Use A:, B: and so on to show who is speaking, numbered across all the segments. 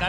A: The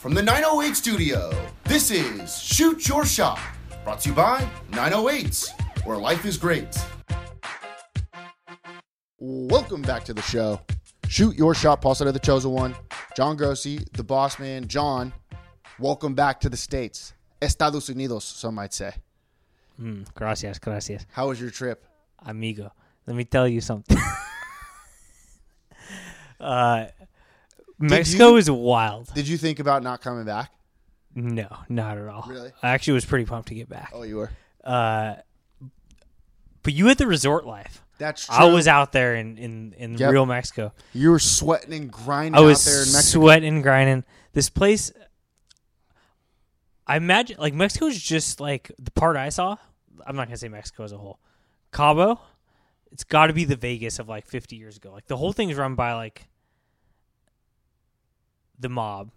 B: from the 908 studio, this is Shoot Your Shot, brought to you by 908, where life is great. Welcome back to the show. Shoot Your Shot, Paul Sutter, the chosen one. John Grossi, the boss man. John, welcome back to the States. Estados Unidos, some might say.
C: Gracias, gracias.
B: How was your trip?
C: Amigo, let me tell you something. uh, Mexico
B: you-
C: is wild.
B: Did you think about not coming back?
C: No, not at all.
B: Really?
C: I actually was pretty pumped to get back.
B: Oh, you were.
C: But you had the resort life.
B: That's true.
C: I was out there in, in, in
B: Yep.
C: real Mexico.
B: You were sweating and grinding
C: I was
B: out there in Mexico.
C: sweating, grinding. This place, I imagine, like Mexico's just like the part I saw. I'm not gonna say Mexico as a whole. Cabo, it's got to be the Vegas of like 50 years ago. Like the whole thing's run by like the mob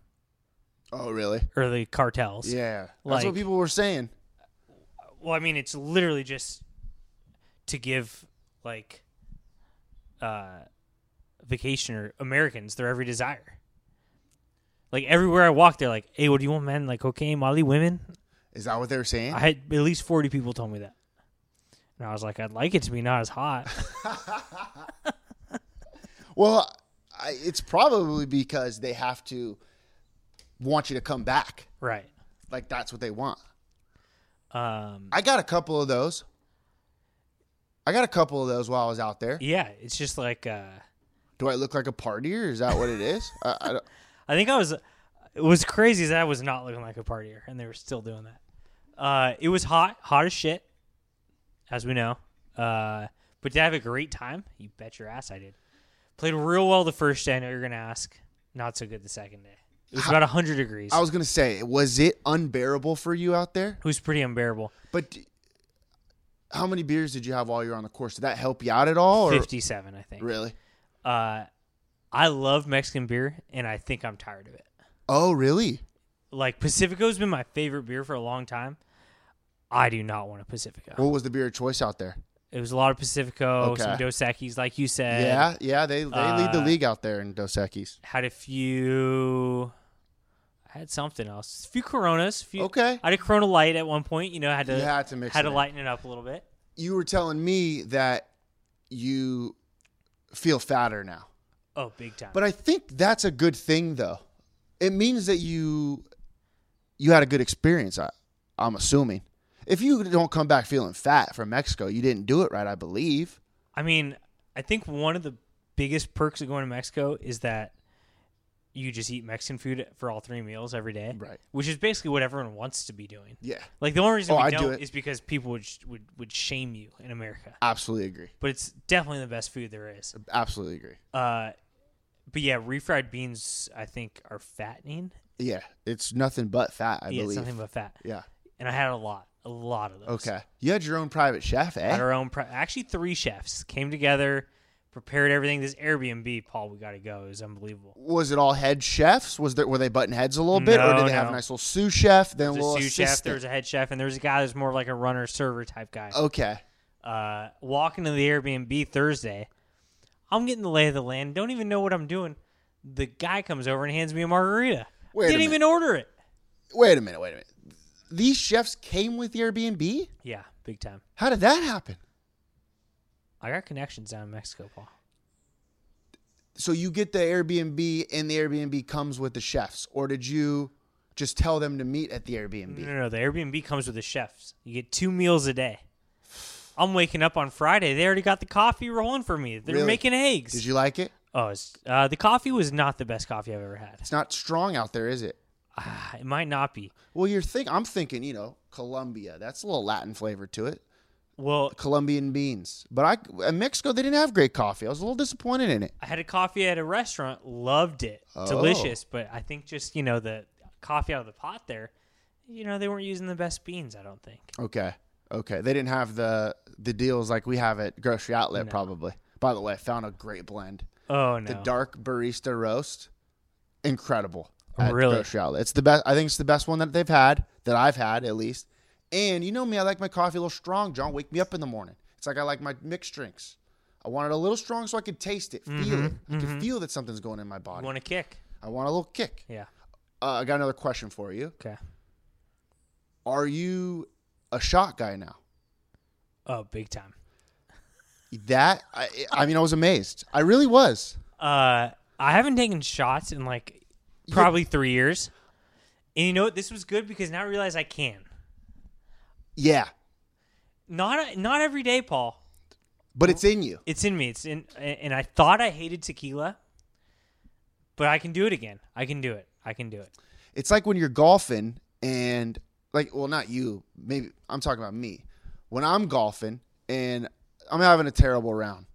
B: oh, really?
C: or the cartels.
B: Yeah. That's
C: Like-
B: what people were saying.
C: Well, I mean, it's literally just to give like uh vacationer Americans their every desire. Like everywhere I walk, they're like, "Hey, what do you want, man? Like cocaine, Molly, women."
B: Is that what they were saying?
C: I had at least forty people told me that, and I was like, "I'd like it to be not as hot."
B: Well, I, it's probably because they have to want you to come back.
C: right.
B: Like that's what they want.
C: Um.
B: I got a couple of those. I got a couple of those while I was out there.
C: Yeah. It's just like uh,
B: Do I look like a partier? Is that what it is? I, I don't-
C: I think I was. It was crazy that I was not looking like a partier, and they were still doing that. Uh, it was hot, hot as shit, as we know. Uh, but did I have a great time? You bet your ass I did. Played real well the first day. I know you're gonna ask. Not so good the second day. It was about hundred degrees.
B: I was gonna say, was it unbearable for you out there?
C: it was pretty unbearable.
B: But d- how many beers did you have while you were on the course? Did that help you out at all? Or,
C: Fifty-seven, I think.
B: Oh, Really?
C: Uh, I love Mexican beer, and I think I'm tired of it.
B: Oh, really?
C: Like Pacifico's been my favorite beer for a long time. I do not want a Pacifico.
B: What was the beer of choice out there?
C: It was a lot of Pacifico,
B: Okay.
C: some Dos Equis, like you said.
B: yeah, yeah, they they lead the
C: uh,
B: league out there in Dos Equis.
C: Had a few. I had something else. A few Coronas. Few,
B: Okay.
C: I had a Corona Light at one point. You know, had to
B: You had to mix
C: had
B: it
C: to
B: in.
C: lighten it up a little bit.
B: you were telling me that you feel fatter now.
C: Oh, big time.
B: But uh, I think that's a good thing though. It means that you you had a good experience, I I'm assuming. If you don't come back feeling fat from Mexico, you didn't do it right, I believe.
C: I mean, I think one of the biggest perks of going to Mexico is that you just eat Mexican food for all three meals every day,
B: Right.
C: Which is basically what everyone wants to be doing.
B: Yeah.
C: Like the only reason
B: Oh,
C: we
B: I do
C: don't
B: it.
C: is because people would, sh- would would shame you in America.
B: Absolutely agree.
C: But it's definitely the best food there is.
B: Absolutely agree.
C: Uh, but yeah, refried beans I think are fattening.
B: Yeah, it's nothing but fat, I
C: yeah, it's
B: believe.
C: something but fat.
B: yeah.
C: And I had a lot, a lot of those.
B: Okay. You had your own private chef,
C: Had
B: eh?
C: our own, pri- actually three chefs came together, prepared everything. This Airbnb, Paul, we got to go. It was unbelievable.
B: Was it all head chefs? Was there were they butting heads a little bit, or
C: No,
B: did they have a
C: no.
B: nice little sous chef, then a
C: There
B: little
C: was a sous chef,
B: assistant? Oh.
C: there was a head chef, and there was a guy that's more of like a runner server type guy.
B: okay,
C: Uh, walking to the Airbnb Thursday, I'm getting the lay of the land. Don't even know what I'm doing. The guy comes over and hands me a margarita.
B: Wait a
C: Didn't
B: minute.
C: even order it.
B: Wait a minute, wait a minute. These chefs came with the Airbnb?
C: Yeah, big time.
B: How did that happen?
C: I got connections down in Mexico, Paul.
B: So you get the Airbnb and the Airbnb comes with the chefs, or did you just tell them to meet at the Airbnb?
C: No, no, no. The Airbnb comes with the chefs. You get two meals a day. I'm waking up on Friday. They already got the coffee rolling for me. They're
B: Really?
C: making eggs.
B: Did you like it?
C: oh, it's- uh, the coffee was not the best coffee I've ever had.
B: It's not strong out there, is it?
C: Ah, It might not be.
B: Well, you're think I'm thinking, you know, Colombia. That's a little Latin flavor to it.
C: Well,
B: Colombian beans. But I in Mexico they didn't have great coffee. I was a little disappointed in it. Oh.
C: I had a coffee at a restaurant. Loved it. Delicious. But I think just, you know, the coffee out of the pot there, you know, they weren't using the best beans, I don't think.
B: Okay. Okay. They didn't have the the deals like we have at grocery outlet probably. By the way, I found a great blend.
C: Oh no.
B: The dark barista roast. Incredible. At
C: Really?
B: Grocery outlet. It's the best I think it's the best one that they've had, that I've had at least. And you know me, I like my coffee a little strong, John. Wake me up in the morning. It's like I like my mixed drinks. I want it a little strong so I could taste it, feel it. I can feel that something's going in my
C: Mm-hmm. You
B: body.
C: want to kick?
B: I want a little kick.
C: Yeah.
B: Uh, I got another question for you.
C: Okay.
B: Are you a shot guy now?
C: Oh, big time.
B: That I, I mean, I was amazed. I really was.
C: Uh, I haven't taken shots in like probably three years. And you know what? This was good because now I realize I can.
B: Yeah,
C: Not not every day, Paul.
B: but it's in you.
C: It's in me. It's in, and I thought I hated tequila, but I can do it again. I can do it. I can do it.
B: It's like when you're golfing and like, well, not you. Maybe I'm talking about me. When I'm golfing and I'm having a terrible round,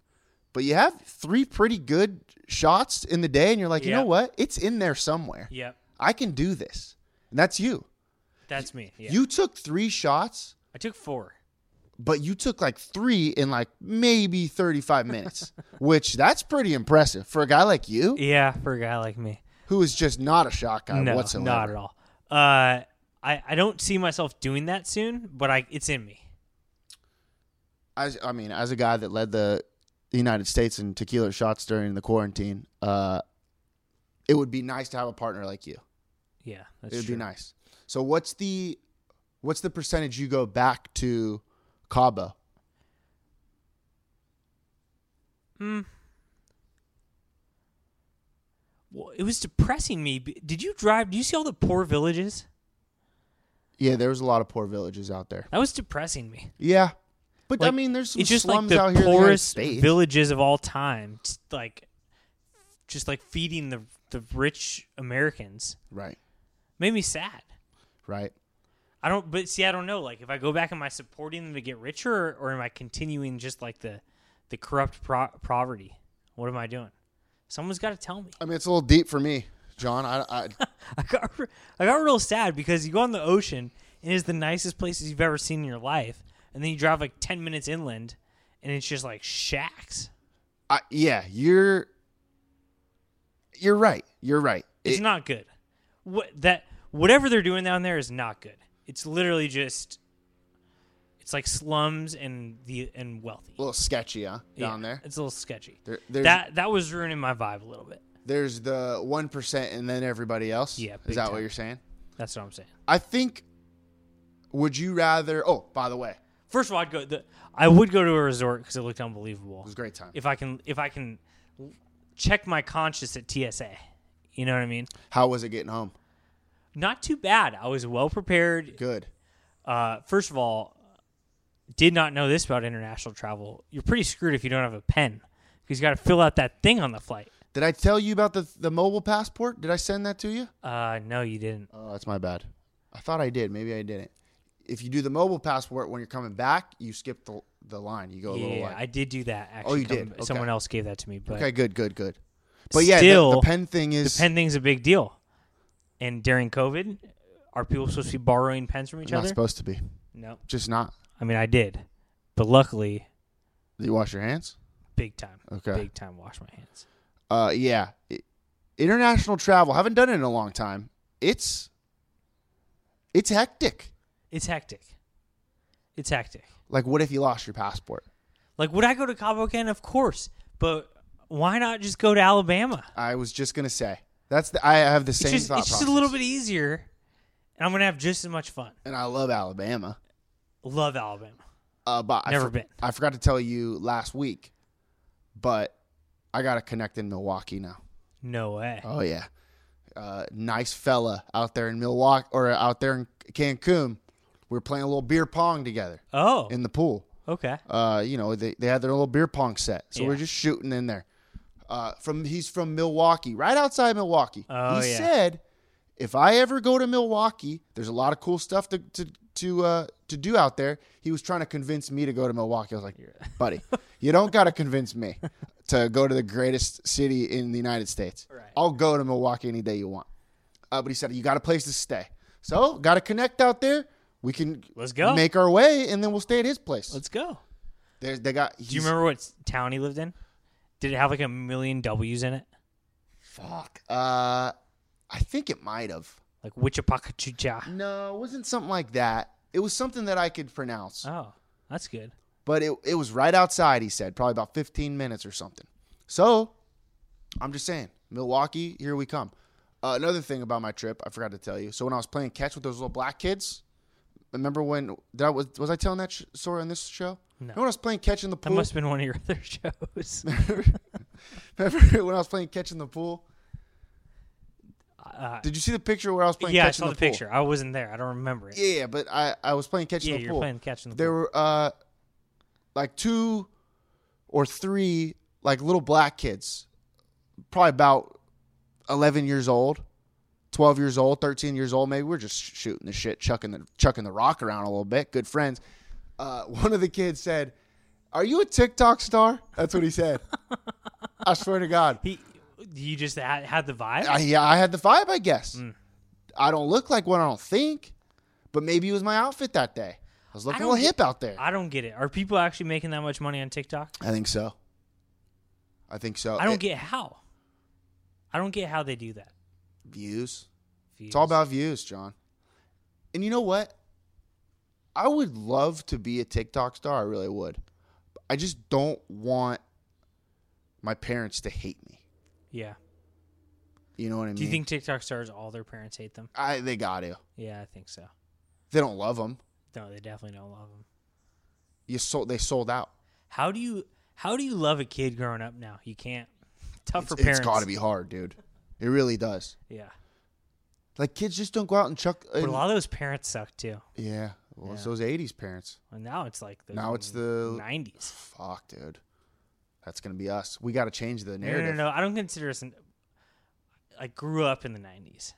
B: but you have three pretty good shots in the day, and you're like, you
C: Yeah.
B: know what? It's in there somewhere.
C: Yep,
B: I can do this, and that's you.
C: that's me. Yeah.
B: You took three shots,
C: I took four.
B: but you took like three in like maybe 35 minutes, which that's pretty impressive for a guy like you.
C: Yeah, for a guy like me.
B: who is just not a shot guy
C: no,
B: whatsoever.
C: not at all. Uh, I I don't see myself doing that soon, but I it's in me.
B: As, I mean, as a guy that led the United States in tequila shots during the quarantine, uh, it would be nice to have a partner like you.
C: Yeah, that's
B: It would
C: true.
B: be nice. So what's the what's the percentage you go back to Cabo?
C: Well, it was depressing me. B- Did you drive? Do you see all the poor villages?
B: Yeah, there was a lot of poor villages out there.
C: That was depressing me.
B: Yeah, but I
C: Like,
B: mean, there's some
C: it's just
B: slums
C: like the
B: out here
C: poorest
B: in the United States.
C: villages of all time, just like just like feeding the the rich Americans.
B: right,
C: Made me sad.
B: right.
C: I don't, but see, I don't know. Like, if I go back, am I supporting them to get richer, or, or am I continuing just like the the corrupt pro- poverty? What am I doing? Someone's got to tell me.
B: I mean, it's a little deep for me, John. I, I
C: I got re- I got real sad because you go on the ocean and it's the nicest places you've ever seen in your life, and then you drive like ten minutes inland, and it's just like shacks.
B: I, yeah, you're you're right. You're right.
C: It's
B: It-
C: not good. What that whatever they're doing down there is not good. It's literally just it's like slums and the and wealthy
B: a little sketchy, huh? Down
C: Yeah,
B: there.
C: It's a little sketchy.
B: There- there's-
C: that that was ruining my vibe a little bit.
B: There's the one percent, and then everybody else.
C: Yeah,
B: is
C: big
B: that what
C: time.
B: you're saying?
C: That's what I'm saying.
B: I think. Would you rather? Oh, by the way, it
C: First of all, I'd go. The, I would go to a resort because it looked unbelievable.
B: was a great time.
C: If I can, if I can check my conscience at TSA, you know what I mean.
B: How was it getting home?
C: Not too bad. I was well prepared.
B: Good.
C: Uh, first of all, did not know this about international travel. You're pretty screwed if you don't have a pen because you got to fill out that thing on the flight.
B: Did I tell you about the the mobile passport? Did I send that to you?
C: Uh, no, you didn't.
B: Oh, that's my bad. I thought I did. Maybe I didn't. If you do the mobile passport when you're coming back, you skip the the line. You go Oh, a little
C: Yeah,
B: way.
C: I did do that. Actually,
B: you did. Okay.
C: Someone else gave that to me. But
B: okay, good, good, good. But yeah, the- the,
C: Still,
B: pen thing is
C: pen thing's a big deal. And during COVID, are people supposed to be borrowing pens from each
B: not
C: other?
B: supposed to be.
C: no.
B: Just not.
C: I mean, I did. But luckily,
B: You wash your hands.
C: big time.
B: Okay.
C: Big time wash my hands.
B: Uh, yeah, I- international travel. Haven't done it in a long time. It's it's hectic.
C: It's hectic. It's hectic.
B: Like, what if you lost your passport?
C: Like, would I go to Cabo again? Of course. But why not just go to Alabama?
B: I was just gonna say that's the, I have the
C: It's
B: same
C: just,
B: thought
C: it's just a
B: process.
C: little bit easier. And I'm going to have just as much fun.
B: And I love Alabama.
C: Love Alabama.
B: Uh, but I
C: Never
B: for-
C: been.
B: I forgot to tell you last week, but I got to connect in Milwaukee now.
C: No way.
B: Oh yeah, uh, nice fella out there in Milwaukee or out there in Cancun. We were playing a little beer pong together
C: Oh,
B: in the pool.
C: okay.
B: uh, you know, they, they had their little beer pong set. So we're
C: Yeah.
B: just shooting in there. Uh, from he's from Milwaukee, right outside Milwaukee.
C: Oh,
B: he
C: yeah.
B: said, if I ever go to Milwaukee, there's a lot of cool stuff to to to uh, to do out there. He was trying to convince me to go to Milwaukee. I was like, buddy, you don't got to convince me to go to the greatest city in the United States. I'll go to Milwaukee any day you want. Uh, but he said, You got a place to stay. So, got to connect out there. We can
C: Let's go.
B: make our way, and then we'll stay at his place.
C: Let's go.
B: There, they got.
C: Do you remember what s- town he lived in? Did it have like a million W's in it?
B: Fuck. Uh, I think it might have.
C: Like Wichapachachucha.
B: No, it wasn't something like that. It was something that I could pronounce,
C: Oh, that's good.
B: but it it was right outside. He said probably about 15 minutes or something. So, I'm just saying, Milwaukee, here we come. Uh, another thing about my trip, I forgot to tell you. So when I was playing catch with those little black kids, remember when did I was was I telling that sh- story on this show? No. when I was playing catch in the
C: That
B: pool.
C: must have been one of your other shows.
B: remember when I was playing catch in the pool? Did you see the picture where I was playing
C: Uh, yeah, I
B: catch
C: saw
B: in
C: the,
B: the, pool?
C: picture. I wasn't there. I don't remember it.
B: Yeah, yeah, but I, I was playing catch
C: Yeah,
B: in the
C: you're
B: pool.
C: playing catch in the
B: there
C: pool.
B: were uh, like two or three like little black kids, probably about eleven years old, twelve years old, thirteen years old. Maybe we're just sh- shooting the shit, chucking the chucking the rock around a little bit. Good friends. Uh, one of the kids said, "Are you a TikTok star?" That's what he said. I swear to God.
C: He, you just had, had the vibe.
B: I, yeah, I had the vibe, I guess.
C: Mm.
B: I don't look like one, I don't think, but maybe it was my outfit that day. I was looking a
C: don't
B: little
C: get-
B: hip out there. I,
C: I don't get it. Are people actually making that much money on TikTok?
B: think so. I think so.
C: I don't
B: Oh, It-
C: get how. I don't get how they do that.
B: views. It's all
C: Views.
B: about views, John. And you know what? I would love to be a TikTok star. I really would. I just don't want my parents to hate me.
C: Yeah.
B: You know what I mean?
C: Do you think TikTok stars all their parents hate them?
B: I, they got to?
C: Yeah, I think so.
B: They don't love them.
C: No, they definitely don't love them.
B: You sold. They sold out.
C: How do you how do you love a kid growing up now? You can't. Tough for
B: It's
C: parents.
B: got to be hard, dude. It really does.
C: Yeah.
B: Like kids just don't go out and chuck.
C: But a
B: and-
C: lot of those parents suck too.
B: yeah, well, it's those '80s parents.
C: And now it's like the
B: Now it's the-
C: 90s.
B: Fuck, dude, that's gonna be us. We got to change the
C: No, no,
B: narrative.
C: no, no. I don't consider us. An, I grew up in the 90s.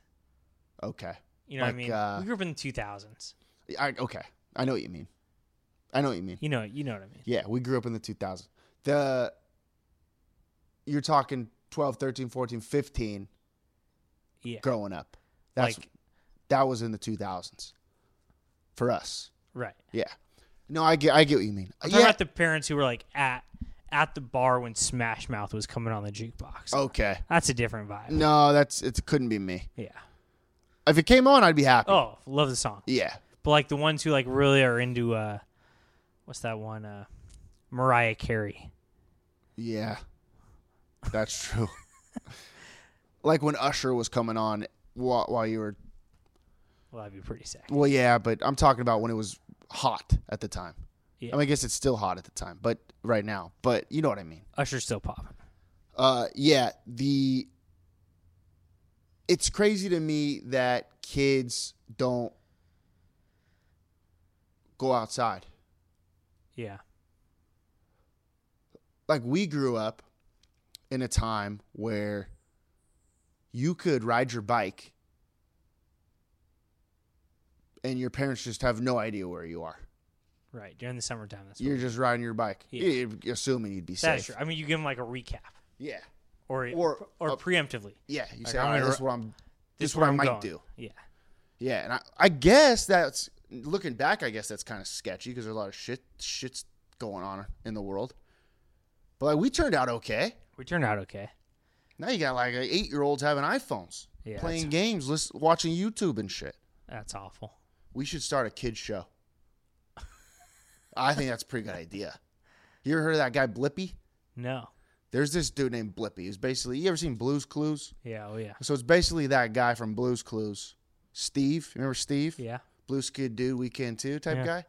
B: Okay,
C: You know
B: Like,
C: what I mean?
B: uh,
C: we grew up in the 2000s.
B: I, okay, I know what you mean. I know what you mean.
C: You know, you know what I mean.
B: Yeah, we grew up in the 2000s. The you're talking 12, 13, 14, 15
C: Yeah.
B: growing up. That's
C: Like-
B: that was in the 2000s for us.
C: Right.
B: Yeah. No, I get I get what you mean.
C: I'm
B: yeah.
C: talking about the parents who were like at at the bar when Smash Mouth was coming on the jukebox.
B: okay.
C: That's a different vibe.
B: Oh. No, that's it couldn't be me.
C: Yeah.
B: If it came on, I'd be happy.
C: Oh, love the song.
B: Yeah.
C: But like the ones who like really are into uh what's that one? Uh Mariah Carey.
B: Yeah. That's true. like when Usher was coming on while, while you were
C: Well that'd be pretty sick.
B: Well, yeah, but I'm talking about when it was hot at the time.
C: Yeah.
B: I mean, I guess it's still hot at the time, but right now. But you know what I mean.
C: Usher's still popping.
B: Uh, yeah, the. It's crazy to me that kids don't go outside.
C: Yeah.
B: Like we grew up in a time where you could ride your bike and your parents just have no idea where you are.
C: Right. During the summertime that's
B: You're
C: what
B: just riding your bike,
C: Yeah.
B: You- you're assuming you'd be
C: that's
B: safe.
C: true. I mean you give them like a recap.
B: Yeah,
C: Or
B: Or-
C: or, or
B: uh,
C: preemptively.
B: yeah. You
C: Like,
B: say,
C: I'm
B: "All right,
C: gonna
B: this is
C: ri-
B: what I'm. This
C: is
B: is what
C: where
B: I
C: I'm
B: might
C: going."
B: do."
C: Yeah.
B: Yeah, and I, I guess that's looking back. I guess that's kind of sketchy because there's a lot of shit shits going on in the world. But like, we turned out okay.
C: We turned out okay.
B: Now you got like eight year olds having iPhones,
C: Yeah,
B: playing games, list, watching YouTube and shit.
C: That's awful.
B: We should start a kids show. I think that's a pretty good idea. You ever heard of that guy Blippy?
C: No.
B: There's this dude named Blippy. Who's basically you ever seen Blue's Clues?
C: Yeah, oh yeah.
B: So it's basically that guy from Blues Clues, Steve. Remember Steve?
C: Yeah.
B: Blue Skid Dude, Weekend Two type
C: Yeah.
B: guy.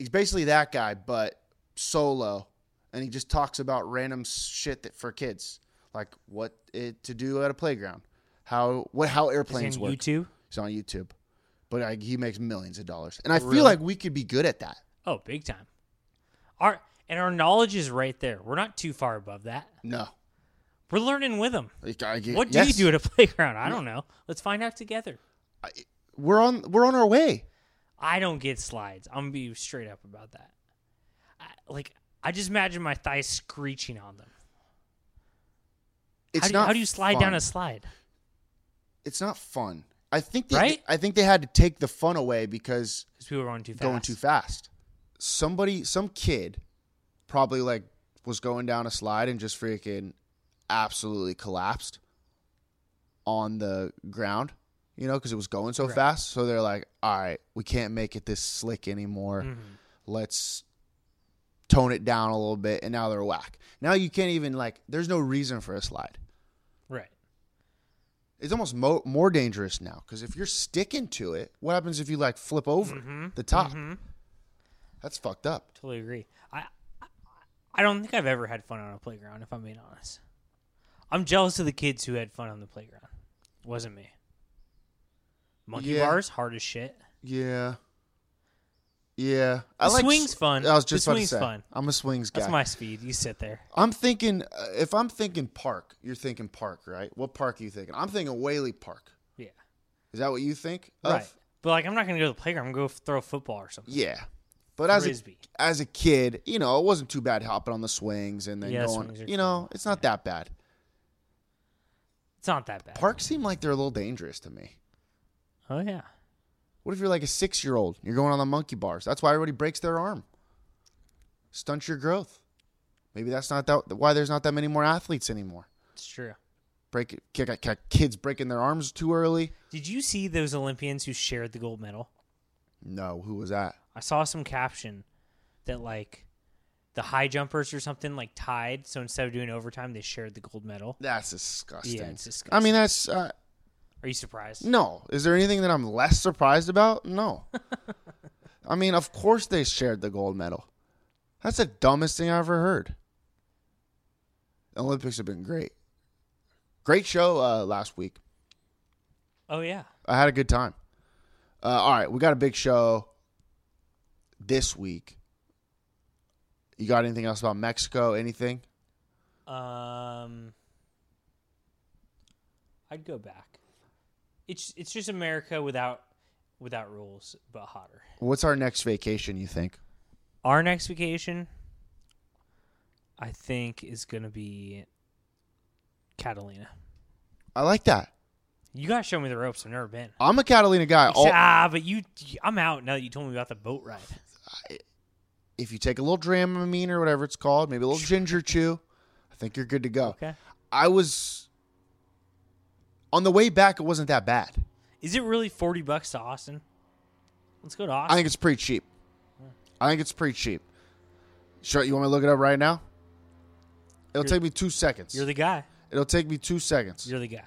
B: He's basically that guy, but solo, and he just talks about random shit that for kids, like what it, to do at a playground, how what how airplanes
C: Is it on
B: work.
C: YouTube?
B: He's on YouTube, but I, he makes millions of dollars, and I
C: Really?
B: feel like we could be good at that.
C: Oh, big time. Our and our knowledge is right there. We're not too far above that.
B: No,
C: We're learning with them.
B: Like, I-
C: What do
B: yes.
C: you do at a playground? I don't know. Let's find out together.
B: We're on we're on our way.
C: I don't get slides. I'm gonna be straight up about that. I, like I just imagine my thighs screeching on them.
B: It's
C: how, do, you-
B: not
C: how do you slide down
B: fun.
C: a slide?
B: It's not fun. I think they,
C: Right?
B: I think they had to take the fun away because
C: because people were going too fast.
B: going too fast. Somebody, some kid, probably like was going down a slide and just freaking absolutely collapsed on the ground, you know, because it was going so fast. So they're like, all right, we can't make it this slick anymore. Let's tone it down a little bit. And now they're whack. Now you can't even, like, there's no reason for a slide.
C: Right.
B: It's almost mo- more dangerous now because if you're sticking to it, what happens if you like flip over
C: Mm-hmm.
B: the top? That's fucked up.
C: Totally agree. I I- I don't think I've ever had fun on a playground. If I'm being honest, I'm jealous of the kids who had fun on the playground. Wasn't me. Monkey
B: Yeah.
C: bars hard as shit.
B: Yeah. Yeah, I
C: The
B: like
C: swing's fun.
B: I was
C: The
B: just about to
C: swing's
B: say,
C: fun.
B: I'm a swings guy.
C: That's my speed. You sit there.
B: I'm thinking uh, if I'm thinking park, you're thinking park, right? What park are you thinking? I'm thinking Whaley Park.
C: Yeah.
B: Is that what you think?
C: Right.
B: Of?
C: But like, I'm not gonna go to the playground. I'm gonna go throw a football or something.
B: Yeah. But as a,
C: Frisbee.
B: as a kid, you know, it wasn't too bad hopping on the swings and then
C: Yeah,
B: going.
C: swings are
B: You know,
C: cool.
B: it's not that bad.
C: It's not that bad.
B: Parks seem like they're a little dangerous to me.
C: Oh yeah.
B: What if you're like a six year old? You're going on the monkey bars. That's why everybody breaks their arm. Stunts your growth. Maybe that's not that why there's not that many more athletes anymore.
C: It's true.
B: Break kick, kick, kids breaking their arms too early.
C: Did you see those Olympians who shared the gold medal?
B: No, who was that?
C: I saw some caption that like the high jumpers or something like tied, so instead of doing overtime, they shared the gold medal.
B: That's disgusting.
C: Yeah, it's disgusting.
B: I mean, that's uh,
C: Are you surprised?
B: no. Is there anything that I'm less surprised about? No. I mean, of course they shared the gold medal. That's the dumbest thing I ever heard. Olympics have been great. Great show uh, last week.
C: Oh yeah,
B: I had a good time. Uh, all right, we got a big show this week. You got anything else about Mexico? Anything?
C: um, I'd go back. It's it's just America without without rules, but hotter.
B: What's our next vacation? You think?
C: Our next vacation, I think, is gonna be Catalina.
B: I like that.
C: You gotta show me the ropes. I've never been.
B: I'm a Catalina guy. All,
C: ah, but you, I'm out now that you told me about the boat ride.
B: if you take a little Dramamine or whatever it's called, maybe a little ginger chew, I think you're good to go.
C: Okay.
B: I was on the way back. It wasn't that bad.
C: Is it really forty bucks to Austin? Let's go to
B: I
C: Austin.
B: think it's pretty cheap. I think it's pretty cheap. Sure, you want me to look it up right now? It'll take me two seconds.
C: You're the guy.
B: It'll take me two seconds.
C: You're the guy.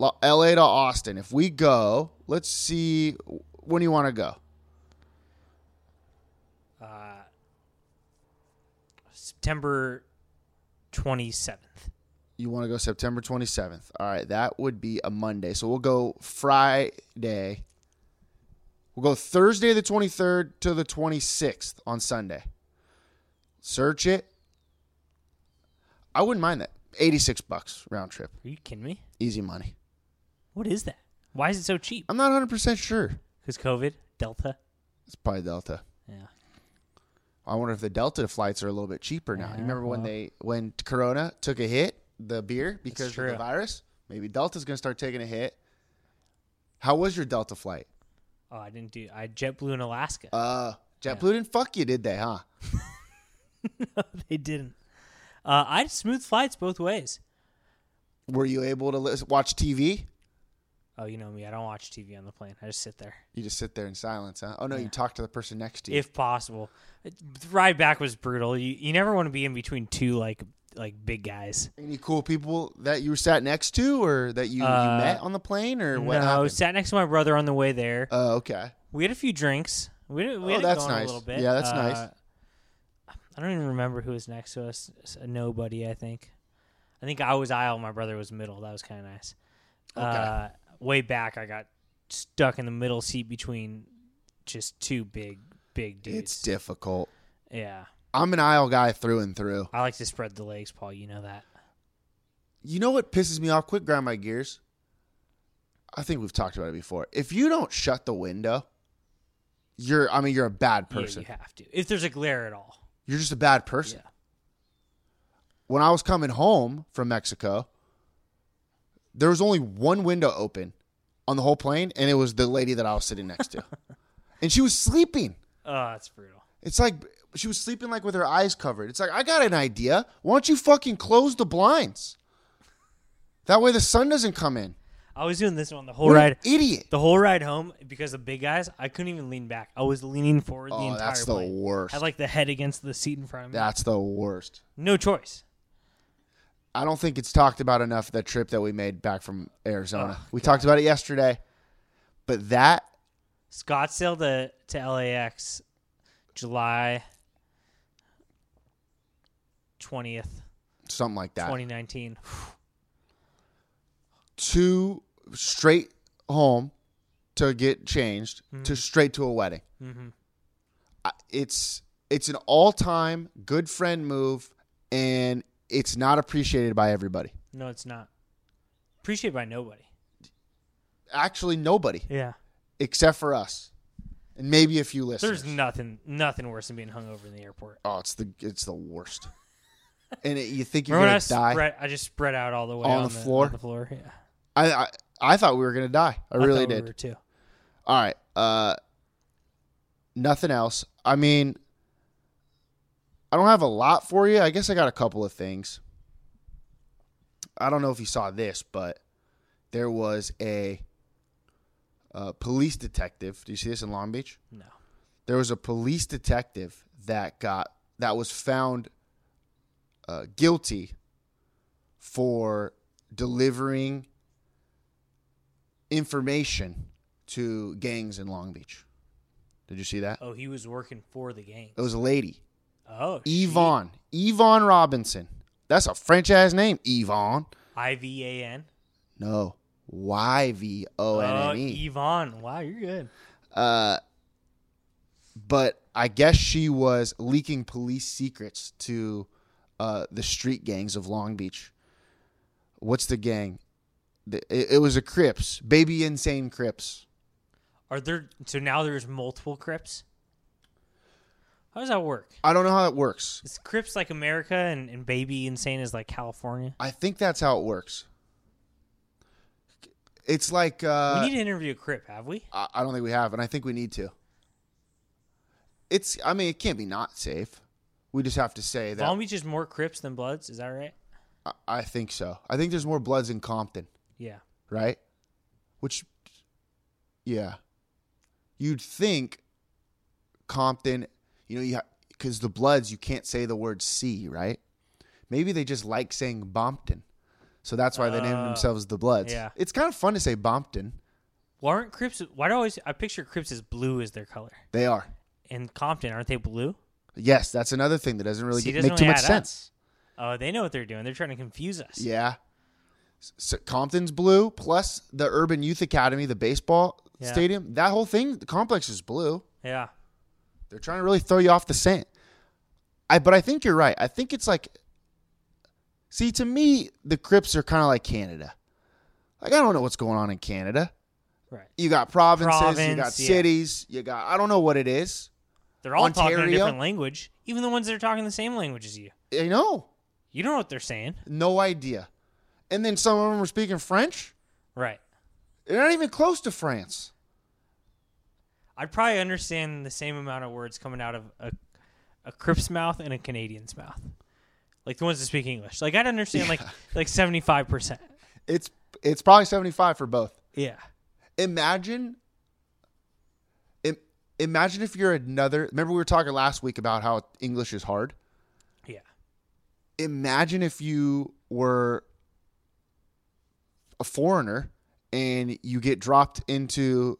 B: La- L.A. to Austin. If we go, let's see. When do you want to go?
C: September twenty seventh.
B: You want to go September 27th. All right, that would be a Monday. So we'll go Friday. We'll go Thursday the 23rd to the 26th on Sunday. Search it. I wouldn't mind that. 86 bucks round trip.
C: Are you kidding me?
B: Easy money.
C: What is that? Why is it so cheap?
B: I'm not 100% sure.
C: Because COVID, Delta.
B: It's probably Delta.
C: Yeah.
B: I wonder if the Delta flights are a little bit cheaper now.
C: Yeah,
B: you remember when
C: well.
B: they when Corona took a hit, the beer because of
C: true.
B: the virus? Maybe Delta's going to start taking a hit. How was your Delta flight?
C: Oh, I didn't do. I JetBlue in Alaska.
B: Uh, JetBlue didn't fuck you, did they? Huh?
C: they didn't. Uh, I had smooth flights both ways.
B: Were you able to lis- watch TV?
C: Oh, you know me. I don't watch TV on the plane. I just sit there,
B: You just sit there in silence, huh? Oh no, you talk to the person next to you.
C: if possible. The ride back was brutal. You you never want to be in between two like like big guys.
B: Any cool people that you sat next to, or that you, you met on the plane, or what?
C: Uh, no,
B: happened?
C: sat next to my brother on the way there.
B: Oh, okay.
C: We had a few drinks. We had, we
B: Oh,
C: had
B: that's
C: it going
B: nice.
C: a little bit.
B: Yeah, that's
C: Uh,
B: nice.
C: I don't even remember who was next to us. S- Nobody, I think. I think I was aisle. My brother was middle. That was kind of nice. Uh, way back, I got stuck in the middle seat between just two big, big dudes.
B: It's difficult.
C: yeah,
B: I'm an aisle guy through and through.
C: I like to spread the legs, Paul. You know that.
B: You know what pisses me off? Quit grind my gears. I think we've talked about it before. If you don't shut the window, you're I mean you're a bad
C: Yeah,
B: person.
C: you have to. If there's a glare at all,
B: You're just a bad person.
C: Yeah.
B: When I was coming home from Mexico, there was only one window open on the whole plane, and it was the lady that I was sitting next to, and she was sleeping.
C: Oh, that's brutal.
B: It's like she was sleeping like with her eyes covered. It's like I got an idea. Why don't you fucking close the blinds? That way the sun doesn't come in.
C: I was doing this one the whole
B: What
C: ride.
B: an idiot!
C: The whole ride home, because of big guys, I couldn't even lean back. I was leaning forward the
B: Oh,
C: entire
B: that's the
C: plane.
B: worst.
C: I had, like the head against the seat in front of me.
B: That's the worst.
C: No choice.
B: I don't think it's talked about enough that trip that we made back from Arizona. we talked about it yesterday, but that
C: Scottsdale to, to LAX, July 20th,
B: something like that.
C: 2019.
B: Two straight home to get changed to straight to a wedding. I- It's it's an all time good friend move, and it's not appreciated by everybody.
C: No, it's not. Appreciated by nobody.
B: Actually, nobody
C: Yeah.
B: except for us, and maybe a few listeners.
C: There's nothing nothing worse than being hungover in the airport.
B: oh, it's the it's the worst. and it, you think you're
C: Remember when I
B: gonna die?
C: spread I just spread out all the way
B: On
C: on,
B: the floor?
C: On the floor, yeah.
B: I, I I thought we were gonna die. I, really
C: thought we
B: did.
C: were too.
B: All right. Uh, nothing else. I mean, I don't have a lot for you. I guess I got a couple of things. I don't know if you saw this, but there was a uh, police detective. Do you see this in Long Beach?
C: No.
B: There was a police detective that got that was found uh, guilty for delivering information to gangs in Long Beach. Did you see that?
C: Oh, he was working for the gang.
B: It was a lady,
C: Oh,
B: Yvonne, Yvonne Robinson. That's a French ass name, Yvonne.
C: I V A N.
B: No, Y V O N
C: Oh,
B: N E.
C: Yvonne. Wow, you're good.
B: But I guess she was leaking police secrets to uh, the street gangs of Long Beach. What's the gang? The, it, it was a Crips, baby insane Crips.
C: Are there so now there's multiple Crips? How does that work?
B: I don't know how that works.
C: Is Crips like America and, and Baby Insane is like California?
B: I think that's how it works. It's like uh,
C: we need to interview a Crip, have we?
B: I I don't think we have, and I think we need to. It's. I mean, it can't be not safe. We just have to say that.
C: Long Beach is more Crips than Bloods, is that right?
B: I, I think so. I think there's more Bloods in Compton,
C: Yeah.
B: right? Which, yeah, you'd think Compton. You know, you because the Bloods, you can't say the word C, right? Maybe they just like saying Bompton, so that's why they named themselves the Bloods.
C: Uh, yeah.
B: it's kind of fun to say Bompton.
C: Why aren't Crips why do I always I picture Crips as blue as their color?
B: They are.
C: And Compton, aren't they blue?
B: Yes, that's another thing that doesn't really
C: See,
B: get-
C: doesn't
B: make too
C: really
B: much
C: add up.
B: sense.
C: Oh, they know what they're doing. They're trying to confuse us.
B: Yeah. So Compton's blue plus the Urban Youth Academy, the baseball
C: Yeah.
B: stadium. That whole thing, the complex is blue.
C: Yeah.
B: They're trying to really throw you off the scent. I but I think you're right. I think it's like See, to me, the Crips are kind of like Canada. Like I don't know what's going on in Canada.
C: Right.
B: You got provinces, you
C: Province,
B: got
C: yeah.
B: cities, you got I don't know what it is.
C: They're all talking a
B: Ontario?
C: different language. Even the ones that are talking the same language as you.
B: I know.
C: You don't know what they're saying.
B: No idea. And then some of them are speaking French.
C: Right.
B: They're not even close to France.
C: I'd probably understand the same amount of words coming out of a, a Crip's mouth and a Canadian's mouth, like the ones that speak English. Like I'd understand like like seventy five percent.
B: It's it's probably 75 for both.
C: Yeah,
B: Imagine im- imagine if you're another remember we were talking last week about how English is hard?
C: yeah.
B: Imagine if you were a foreigner and you get dropped into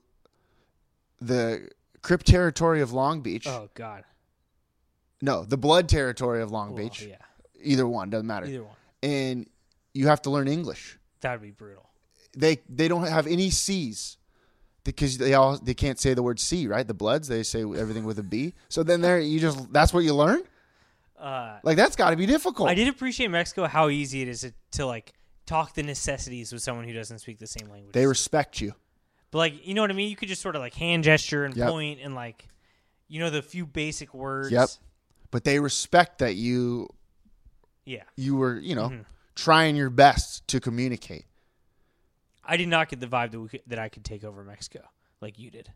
B: the Crip territory of Long Beach.
C: Oh God.
B: No, the blood territory of Long
C: Well,
B: Beach.
C: Oh, yeah.
B: Either one, doesn't matter.
C: Either one.
B: And you have to learn English.
C: That'd be brutal.
B: they they don't have any C's because they all they can't say the word C, right? The Bloods they say everything with a B. So then there you just that's what you learn.
C: Uh,
B: Like that's got to be difficult.
C: I did appreciate Mexico how easy it is to, to like talk the necessities with someone who doesn't speak the same language.
B: They respect you.
C: but like you know what I mean. You could just sort of like hand gesture and
B: Yep.
C: point and like, you know, the few basic words.
B: Yep. But they respect that you
C: Yeah. Mm-hmm.
B: you were you know trying your best to communicate.
C: I did not get the vibe that we could, that I could take over Mexico like you did.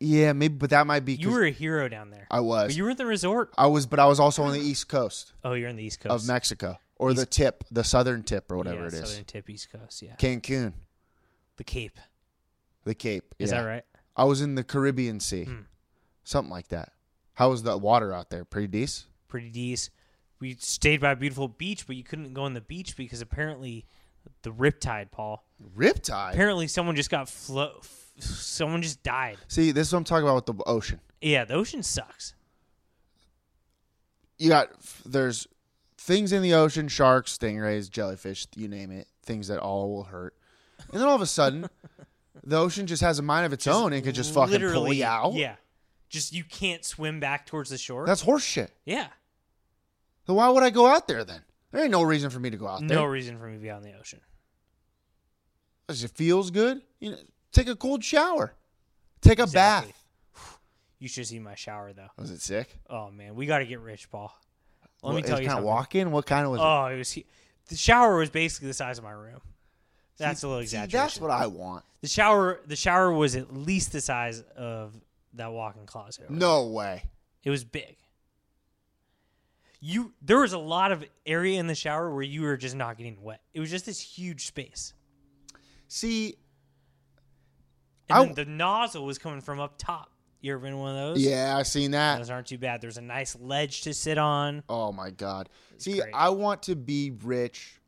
B: Yeah, maybe, but that might be.
C: You
B: 'cause
C: were a hero down there.
B: I was.
C: But you were at the resort.
B: I was, but I was also on the East Coast
C: Oh, you're in the East Coast
B: of Mexico or the tip, the southern tip or
C: Yeah,
B: whatever it is.
C: Southern Tip East Coast. Yeah,
B: Cancun,
C: the Cape.
B: the Cape.
C: Is
B: yeah.
C: that right?
B: I was in the Caribbean Sea,
C: Hmm.
B: something like that. How was the water out there? Pretty decent.
C: Pretty decent. We stayed by a beautiful beach, but you couldn't go on the beach because apparently the riptide, Paul.
B: Riptide.
C: Apparently, someone just got flo. f- Someone just died.
B: See, this is what I'm talking about with the ocean.
C: Yeah, the ocean sucks.
B: You got there's things in the ocean: sharks, stingrays, jellyfish, you name it. Things that all will hurt. And then all of a sudden, the ocean just has a mind of its own and could just fucking pull
C: Literally,
B: you out.
C: Yeah, just you can't swim back towards the shore.
B: That's horseshit.
C: yeah.
B: Then why would I go out there then? There ain't no reason for me to go out
C: No
B: there.
C: reason for me to be out in the ocean.
B: If it feels good, you know, take a cold shower, take a
C: Exactly.
B: bath.
C: You should see my shower though.
B: Was it sick?
C: Oh man, we got to get rich, Paul. Let me
B: What-
C: tell
B: it Kind
C: you
B: of
C: something.
B: walk-in. What kind of was
C: oh, it was he- the shower was basically the size of my room. That's a little
B: it? See,
C: exaggeration.
B: that's what I want.
C: the shower the shower was at least the size of that walk-in closet. over
B: No way.
C: It was big. You there was a lot of area in the shower where you were just not getting wet. It was just this huge space.
B: See,
C: And
B: I-
C: then the nozzle was coming from up top. You ever been in one of those?
B: yeah, I seen that.
C: Those aren't too bad. There's a nice ledge to sit on.
B: Oh my god. See,
C: great.
B: I want to be rich.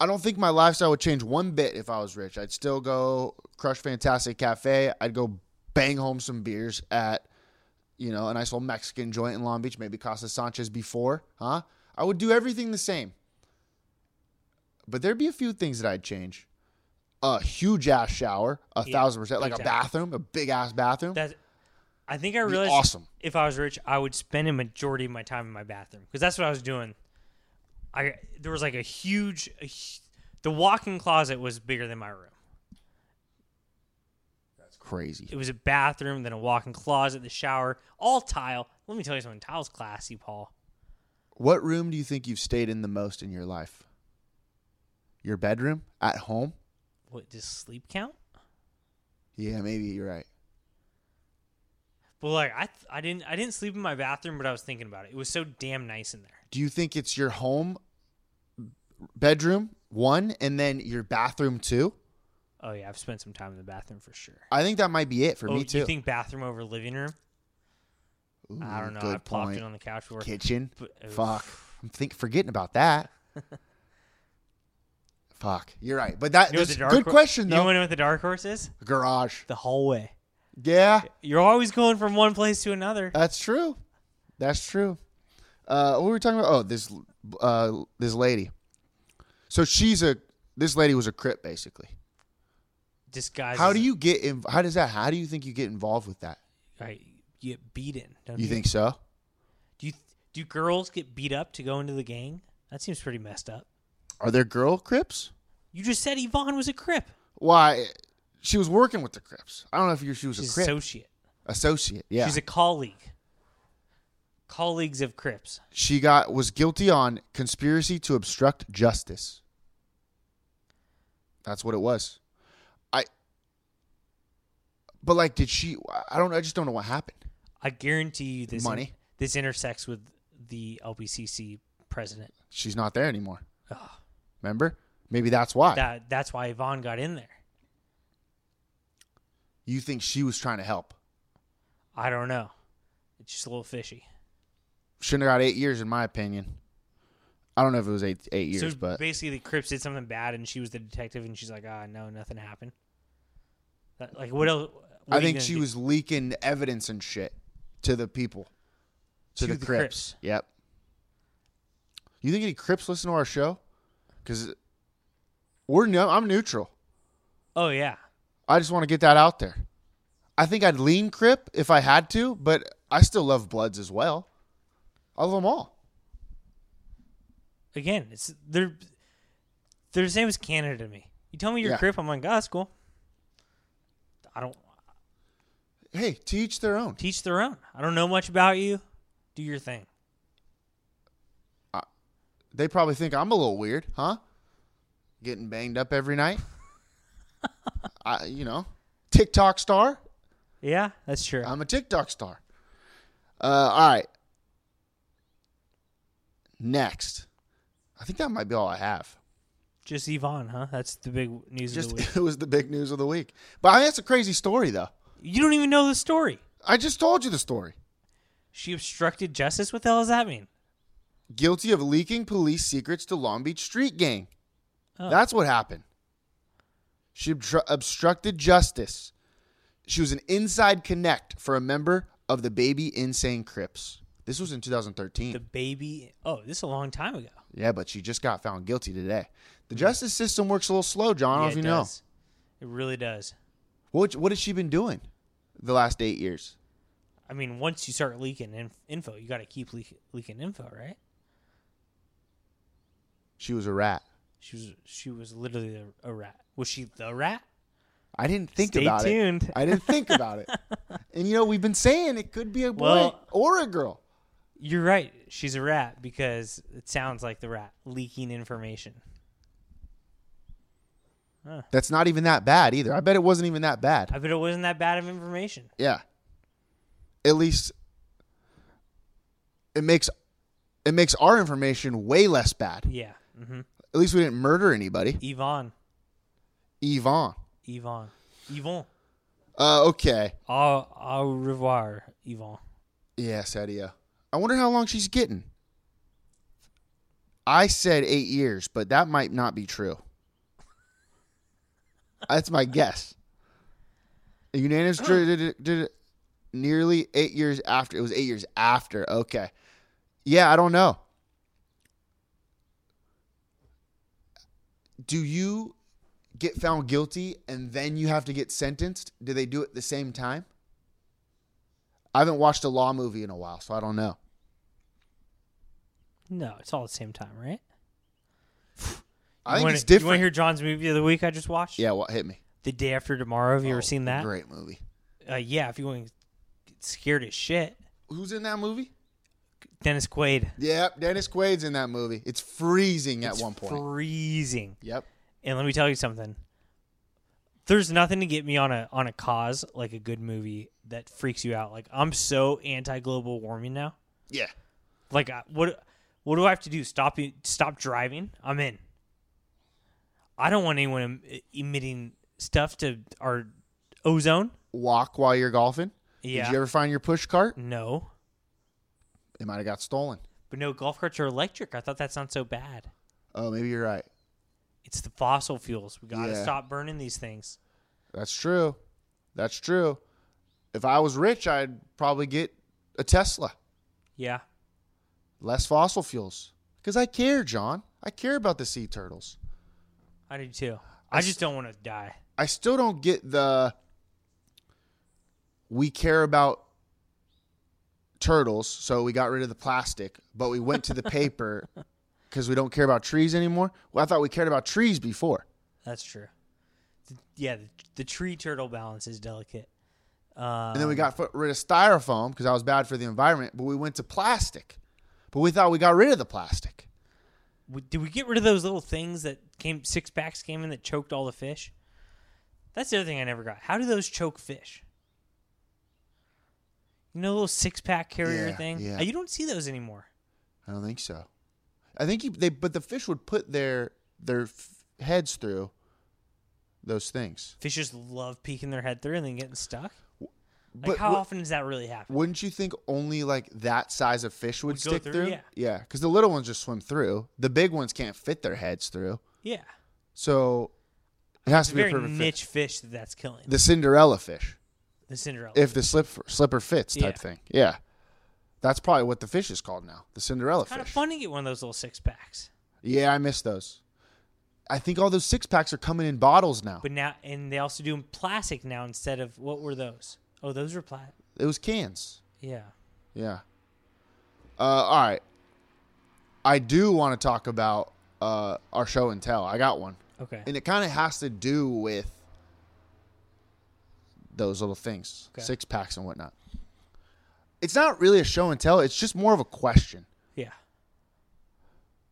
B: I don't think my lifestyle would change one bit if I was rich. I'd still go crush fantastic cafe. I'd go bang home some beers at you know a nice old Mexican joint in Long Beach, maybe Casa Sanchez before, huh? I would do everything the same. But there'd be a few things that I'd change. A huge ass shower, a thousand percent, like a
C: exactly.
B: bathroom, a big ass bathroom.
C: That I think I realized
B: awesome.
C: if I was rich, I would spend a majority of my time in my bathroom because that's what I was doing. I there was like a huge, a, hu- the walk-in closet was bigger than my room.
B: That's crazy.
C: It was a bathroom, then a walk-in closet, the shower, all tile. Let me tell you something. Tile's classy, Paul.
B: What room do you think you've stayed in the most in your life? Your bedroom at home?
C: What does sleep count?
B: Yeah, maybe you're right.
C: But like I, th- I didn't, I didn't sleep in my bathroom, but I was thinking about it. It was so damn nice in there.
B: Do you think it's your home bedroom one and then your bathroom two?
C: Oh yeah, I've spent some time in the bathroom for sure.
B: I think that might be it for
C: oh,
B: me too.
C: you think bathroom over living room?
B: Ooh,
C: I don't know.
B: Good
C: I plopped
B: point.
C: it on the couch. Before.
B: Kitchen.
C: But- oh.
B: Fuck. I'm think forgetting about that. Fuck. You're right. But that
C: You know what
B: that's
C: the dark
B: good
C: hor-
B: question
C: You
B: though.
C: want to know what the dark horse is?
B: Garage.
C: The hallway.
B: Yeah.
C: You're always going from one place to another.
B: That's true. That's true. Uh, what were we talking about? Oh, this uh, this lady. So she's a this lady was a crip basically.
C: Disguise.
B: How do you get in, how does that how do you think you get involved with that?
C: Right, you get beaten? Don't you,
B: You think so?
C: Do you, do girls get beat up to go into the gang? That seems pretty messed up.
B: Are there girl crips?
C: You just said Yvonne was a crip.
B: Why she was working with the crips. I don't know if you she was
C: She's
B: a crip
C: associate.
B: associate. Yeah.
C: She's a colleague. Colleagues of crips.
B: she got was guilty on conspiracy to obstruct justice. That's what it was. I But like did she I don't I just don't know what happened.
C: I guarantee you this.
B: Money.
C: this intersects with the LBCC president.
B: she's not there anymore. Remember? Maybe that's why.
C: That that's why Yvonne got in there.
B: you think she was trying to help.
C: I don't know. It's just a little fishy.
B: Shouldn't have got eight years, in my opinion. I don't know if it was eight eight years,
C: so
B: but
C: basically, the Crips did something bad, and she was the detective, and she's like, "Ah, no, nothing happened." That- like, what else? what
B: I
C: are you
B: think
C: gonna
B: she
C: do?
B: was leaking evidence and shit to the people. To,
C: To
B: the,
C: the
B: Crips.
C: Crips.
B: Yep. You think any Crips listen to our show? Because we're no I'm neutral.
C: Oh yeah,
B: I just want to get that out there. I think I'd lean Crip if I had to, but I still love Bloods as well. I love them all.
C: again, it's they're they're the same as Canada to me. You tell me you're
B: Yeah.
C: a Crip, I'm like, "Ah, that's cool." I don't
B: Hey, to each their own.
C: teach their own. I don't know much about you. Do your thing.
B: they probably think I'm a little weird, huh? getting banged up every night. I, you know, TikTok star.
C: Yeah, that's true.
B: I'm a TikTok star. Uh, all right. Next, I think that might be all I have.
C: Just Yvonne, huh? That's the big news of
B: Just
C: the week.
B: it was the big news of the week, but I mean, that's a crazy story though.
C: You don't even know the story.
B: I just told you the story.
C: She obstructed justice. What the hell does that mean?
B: Guilty of leaking police secrets to Long Beach street gang.
C: Oh.
B: That's what happened. She obstru- obstructed justice. She was an inside connect for a member of the Baby Insane Crips. This was in 2013.
C: The baby. Oh, this is a long time ago.
B: yeah, but she just got found guilty today. The justice system works a little slow, John. I don't know
C: Hmm. Yeah,
B: if
C: it
B: you know.
C: does. It really does.
B: What what has she been doing the last eight years?
C: I mean, once you start leaking inf- info, you got to keep leak- leaking info, right?
B: She was a rat.
C: She was she was literally a, a rat. Was she the rat?
B: I didn't think
C: Stay
B: about
C: tuned.
B: it. I didn't think about it. And you know, we've been saying it could be a boy
C: Well-
B: or a girl.
C: You're right. She's a rat because it sounds like the rat leaking information.
B: That's not even that bad either. I bet it wasn't even that bad.
C: I bet it wasn't that bad of information.
B: Yeah. At least it makes it makes our information way less bad.
C: Yeah. hmm
B: At least we didn't murder anybody.
C: Yvonne.
B: Yvonne.
C: Yvonne. Yvonne.
B: Uh, okay.
C: Au, au revoir, Yvonne.
B: Yeah, Sadia. I wonder how long she's getting. I said eight years, but that might not be true. That's my guess. A unanimous jury did it, did it nearly eight years after. It was eight years after. Okay. Yeah, I don't know. Do you get found guilty and then you have to get sentenced? Do they do it the same time? I haven't watched a law movie in a while, so I don't know.
C: No, it's all at the same time, right?
B: I
C: you
B: think it's
C: wanna, You want to
B: different.
C: hear John's movie of the week I just watched?
B: yeah, Oh, what hit me?
C: The Day After Tomorrow. Have you ever seen that?
B: Great movie.
C: Uh, yeah, if you want to get scared as shit.
B: Who's in that movie?
C: Dennis Quaid.
B: Yep, Dennis Quaid's in that movie. It's freezing at
C: It's
B: one point.
C: Freezing.
B: yep.
C: And let me tell you something. There's nothing to get me on a on a cause like a good movie that freaks you out. Like I'm so anti global warming now.
B: Yeah.
C: Like I- what what do I have to do? Stop you- stop driving? I'm in. I don't want anyone em- e, emitting stuff to our ozone.
B: Walk while you're golfing.
C: Yeah.
B: Did you ever find your push cart?
C: No.
B: It might have got stolen.
C: But no golf carts are electric. I thought that sounds so bad.
B: Oh, maybe you're right.
C: It's the fossil fuels. We got to
B: Yeah.
C: stop burning these things.
B: That's true. That's true. If I was rich, I'd probably get a Tesla.
C: Yeah.
B: Less fossil fuels. Because I care, John. I care about the sea turtles.
C: I do too. I just don't want to die.
B: I still don't get the we care about turtles, so we got rid of the plastic, but we went to the paper because we don't care about trees anymore. Well, I thought we cared about trees before.
C: That's true. The, yeah, the, the tree turtle balance is delicate. Um,
B: And then
C: Uh.
B: we got fu- rid of styrofoam because that was bad for the environment, but we went to plastic. But we thought we got rid of the plastic.
C: W- Did we get rid of those little things that came six packs came in that choked all the fish? That's the other thing I never got. How do those choke fish? You know, the little six pack carrier
B: Yeah,
C: thing.
B: yeah.
C: Uh, You don't see those anymore.
B: I don't think so. I think you, they, but the fish would put their their f- heads through those things.
C: Fish just love peeking their head through and then getting stuck. Like
B: But
C: how
B: wh-
C: often does that really happen?
B: Wouldn't you think only like that size of fish would,
C: Would go
B: stick
C: through,
B: through?
C: yeah.
B: Yeah, because the little ones just swim through. The big ones can't fit their heads through.
C: yeah,
B: So it has
C: it's a
B: to be a
C: very
B: perfect fit.
C: niche fish that that's killing. The,
B: The Cinderella fish,
C: Cinderella.
B: if the slip, slipper fits type
C: Yeah.
B: thing. Yeah. That's probably what the fish is called now. The Cinderella
C: kind of
B: fish.
C: fun to get one of those little six packs.
B: Yeah, I miss those. I think all those six packs are coming in bottles now.
C: But now, and they also do 'em plastic now instead of what were those? Oh, those were plastic.
B: it was cans.
C: Yeah.
B: Yeah. Uh, all right. I do want to talk about uh, our show and tell. I got one.
C: Okay.
B: and it kind of has to do with those little things,
C: Okay.
B: six packs and whatnot. It's not really a show and tell; it's just more of a question.
C: yeah.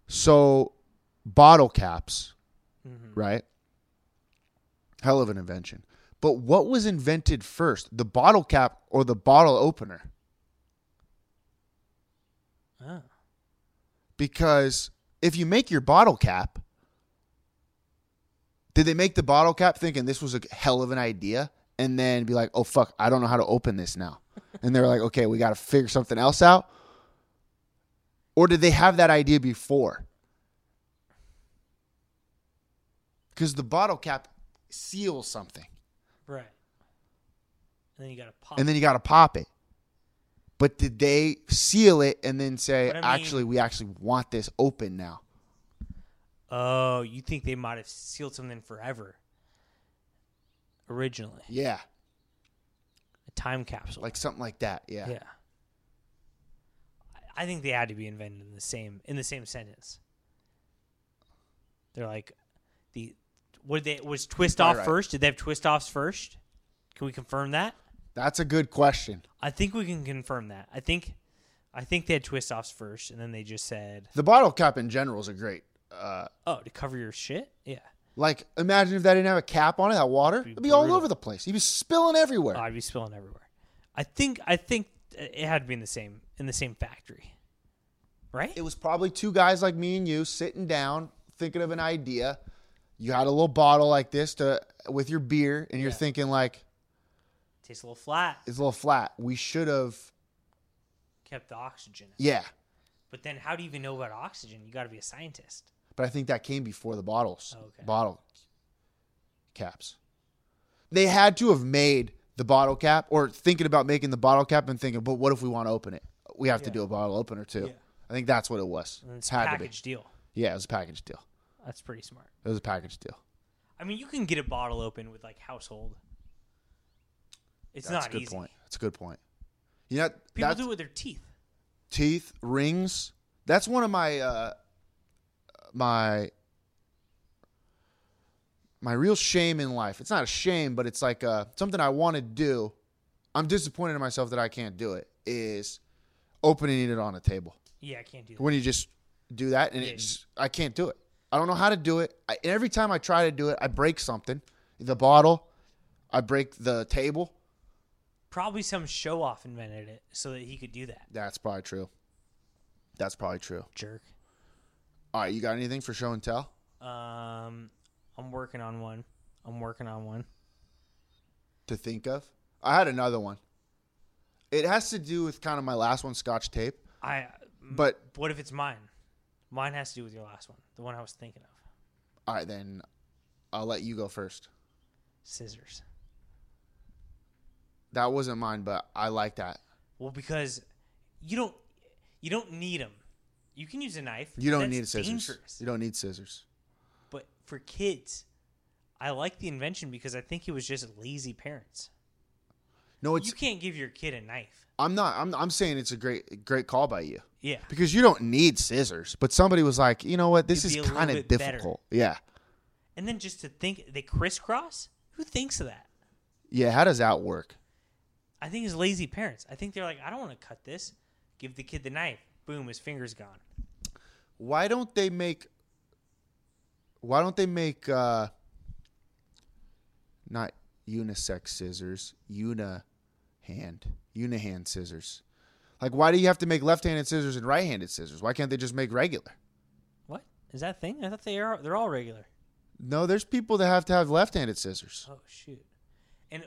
B: So, bottle caps right? Hell of an invention. But what was invented first, the bottle cap or the bottle opener?
C: Oh.
B: Because if you make your bottle cap, did they make the bottle cap thinking this was a hell of an idea and then be like, oh, fuck, I don't know how to open this now? And they're like, okay, we got to figure something else out. Or did they have that idea before? Because the bottle cap seals something
C: Right. And then you gotta pop.
B: and then you got to pop it. But did they seal it and then say,
C: But I mean-
B: actually, we actually want this open now?
C: oh, you think they might have sealed something forever? Originally,
B: Yeah.
C: a time capsule.
B: Like something like that. Yeah.
C: yeah. I- I think they had to be invented in the same in the same sentence. They're like the what they was twist off
B: right.
C: first? Did they have twist offs first? Can we confirm that?
B: That's a good question.
C: I think we can confirm that. I think I think they had twist offs first and then they just said,
B: The bottle cap in general is a great. Uh,
C: "Oh, to cover your shit?" Yeah.
B: like, imagine if that didn't have a cap on it, that water, it'd be all
C: brutal.
B: over the place. You'd be spilling everywhere.
C: Oh, I'd be spilling everywhere. I think I think it had to be in the same in the same factory. Right?
B: it was probably two guys like me and you sitting down thinking of an idea you had a little bottle like this to with your beer and you're thinking like
C: Tastes a little flat.
B: it's a little flat we should have
C: Kept the oxygen. out.
B: yeah
C: But then how do you even know about oxygen? You got to be a scientist.
B: but i think that came before the bottles
C: Oh, Okay.
B: bottle caps they had to have made the bottle cap or thinking about making the bottle cap and thinking but what if we want to open it we have to do a bottle opener too i think that's what it was
C: And it's a
B: had
C: package deal.
B: to be yeah it was a package deal
C: That's pretty smart.
B: it was a package deal
C: I mean, you can get a bottle open with like household. It's
B: that's
C: not
B: a good
C: easy.
B: point that's a good point you know
C: People
B: that's,
C: do it with their teeth.
B: teeth rings that's one of my uh my my real shame in life it's not a shame but it's like uh something i want to do i'm disappointed in myself that i can't do it is opening it on a table
C: Yeah, I can't do that.
B: when you just do that and it just i can't do it i don't know how to do it I, and every time i try to do it i break something the bottle i break the table
C: Probably some show off invented it so that he could do that.
B: that's probably true that's probably true
C: Jerk.
B: all right you got anything for show and tell
C: Um, I'm working on one. I'm working on one.
B: to think of. I had another one. It has to do with kind of my last one, Scotch tape.
C: I.
B: But
C: What if it's mine? Mine has to do with your last one, the one I was thinking of.
B: all right, then I'll let you go first.
C: Scissors.
B: That wasn't mine, but I like that.
C: Well, because you don't you don't need them. You can use a knife.
B: You don't
C: That's
B: need scissors.
C: dangerous.
B: You don't need scissors.
C: But for kids, I like the invention because I think it was just lazy parents.
B: No, it's.
C: you can't give your kid a knife.
B: I'm not. I'm. I'm saying it's a great, great call by you
C: Yeah.
B: because you don't need scissors. But somebody was like, you know what, this
C: It'd be a
B: is
C: little
B: kind of
C: bit better.
B: difficult. Yeah,
C: And then just to think they crisscross? Who thinks of that?
B: yeah. How does that work?
C: I think it's lazy parents. I think they're like, I don't want to cut this. Give the kid the knife. Boom, his finger's gone.
B: why don't they make why don't they make uh not unisex scissors una hand unihand scissors like why do you have to make left-handed scissors and right-handed scissors why can't they just make regular
C: What? Is that a thing? I thought they are they're all regular.
B: no there's people that have to have left-handed scissors
C: Oh shoot. And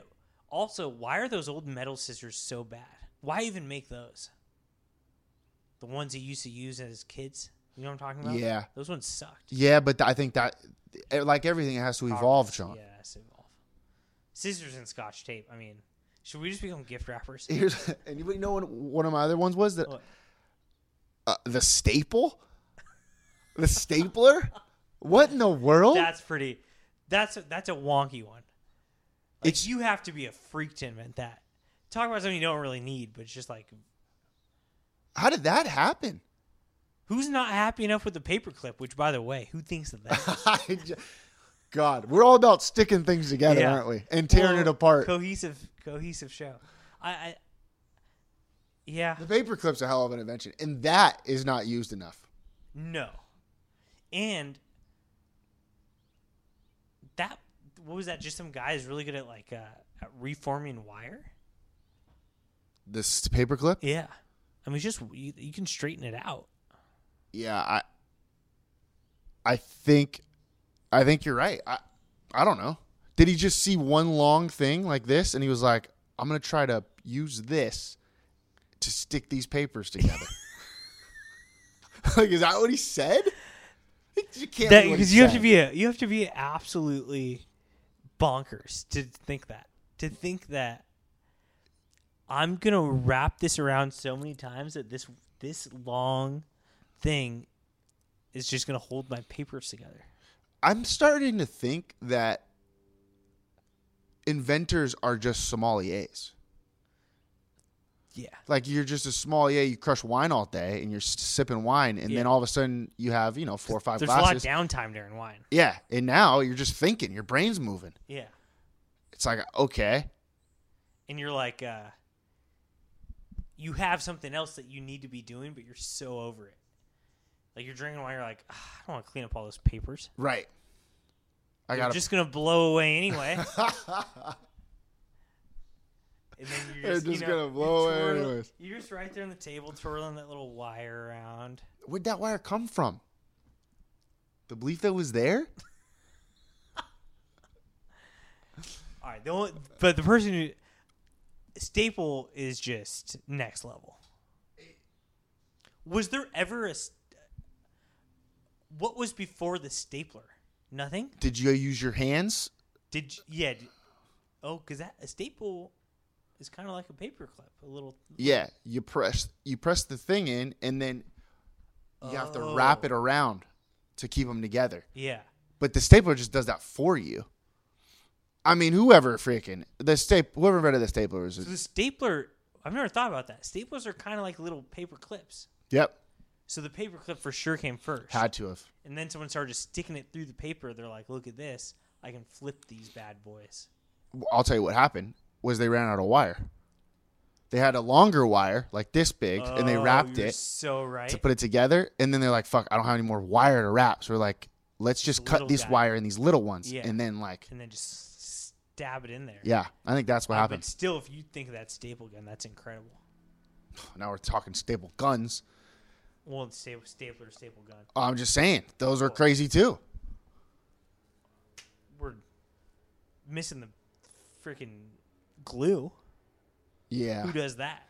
C: also, why are those old metal scissors so bad? Why even make those? The ones you used to use as kids? You know what I'm talking about?
B: Yeah.
C: Those ones sucked.
B: yeah but i think that eh, like everything it has to evolve john
C: Yeah, it's evolve. Scissors and scotch tape. I mean, should we just become gift wrappers?
B: Here's, anybody know what one of my other ones was that
C: What?
B: uh, the staple the stapler what in the world
C: That's pretty that's a, that's a wonky one. Like,
B: It's-
C: you have to be a freak to invent that. Talk about something you don't really need, but it's just like
B: How did that happen?
C: who's not happy enough with the paperclip? Which, by the way, who thinks of that?
B: I ju- God, we're all about sticking things together,
C: Yeah.
B: aren't we? And tearing
C: Well,
B: it apart.
C: Cohesive, cohesive show. I, I yeah,
B: the paperclip's a hell of an invention, and that is not used enough.
C: no, and that what was that? Just some guy is really good at like uh, at reforming wire.
B: This paperclip?
C: Yeah, I mean, it's just you, you can straighten it out.
B: Yeah, I I think I think you're right. I I don't know. Did he just see one long thing like this and he was like, I'm going to try to use this to stick these papers together? like is that what he said? You can't
C: That
B: be what he
C: because you have
B: said.
C: to be a, you have to be absolutely bonkers to think that to think that I'm gonna wrap this around so many times that this this long thing is just gonna hold my papers together.
B: I'm starting to think that inventors are just sommeliers.
C: Yeah,
B: Like you're just a sommelier, you crush wine all day, and you're s- sipping wine, and then
C: Yeah.
B: all of a sudden you have you know four or five
C: there's
B: glasses.
C: a lot of downtime during wine.
B: yeah, and now you're just thinking, your brain's moving.
C: Yeah,
B: It's like okay,
C: and you're like, uh, you have something else that you need to be doing, but you're so over it. Like you're drinking wine, you're like, "Ah, I don't want to clean up all those papers.
B: right? I
C: you're
B: got
C: just gonna blow away anyway. and then you're
B: They're
C: just, you
B: just
C: know,
B: gonna blow
C: you're
B: away
C: twirling-
B: anyways.
C: You're just right there on the table twirling that little wire around.
B: Where'd that wire come from? The belief that was there.
C: All right, the only, but the person who staple is just next level. Was there ever a st- what was before the stapler? Nothing.
B: Did you use your hands?
C: Did you, yeah? Did, oh, because that a staple is kind of like a paperclip, a little
B: Yeah, you press you press the thing in, and then you have to wrap
C: Oh.
B: it around to keep them together.
C: yeah.
B: But the stapler just does that for you. I mean, whoever freaking the staple, whoever invented the stapler was.
C: So the stapler, I've never thought about that. Staplers are kind of like little paper clips.
B: yep,
C: So the paper clip for sure came first.
B: had to have.
C: and then someone started sticking it through the paper. They're like, look at this. I can flip these bad boys.
B: I'll tell you what happened was they ran out of wire. They had a longer wire like this big, and they
C: Oh,
B: wrapped
C: you're
B: it
C: So right.
B: to put it together. And then they're like, "Fuck, I don't have any more wire to wrap." So we're like, "Let's just cut
C: little
B: this
C: guy.
B: wire in these little ones."
C: Yeah.
B: And then like,
C: and then just stab it in there.
B: yeah, I think that's what
C: Uh,
B: happened.
C: But still, if you think of that staple gun, that's incredible.
B: Now we're talking staple guns.
C: Well, it's staple, stapler, staple gun.
B: I'm just saying, those are crazy too.
C: We're missing the freaking glue.
B: Yeah.
C: Who does that?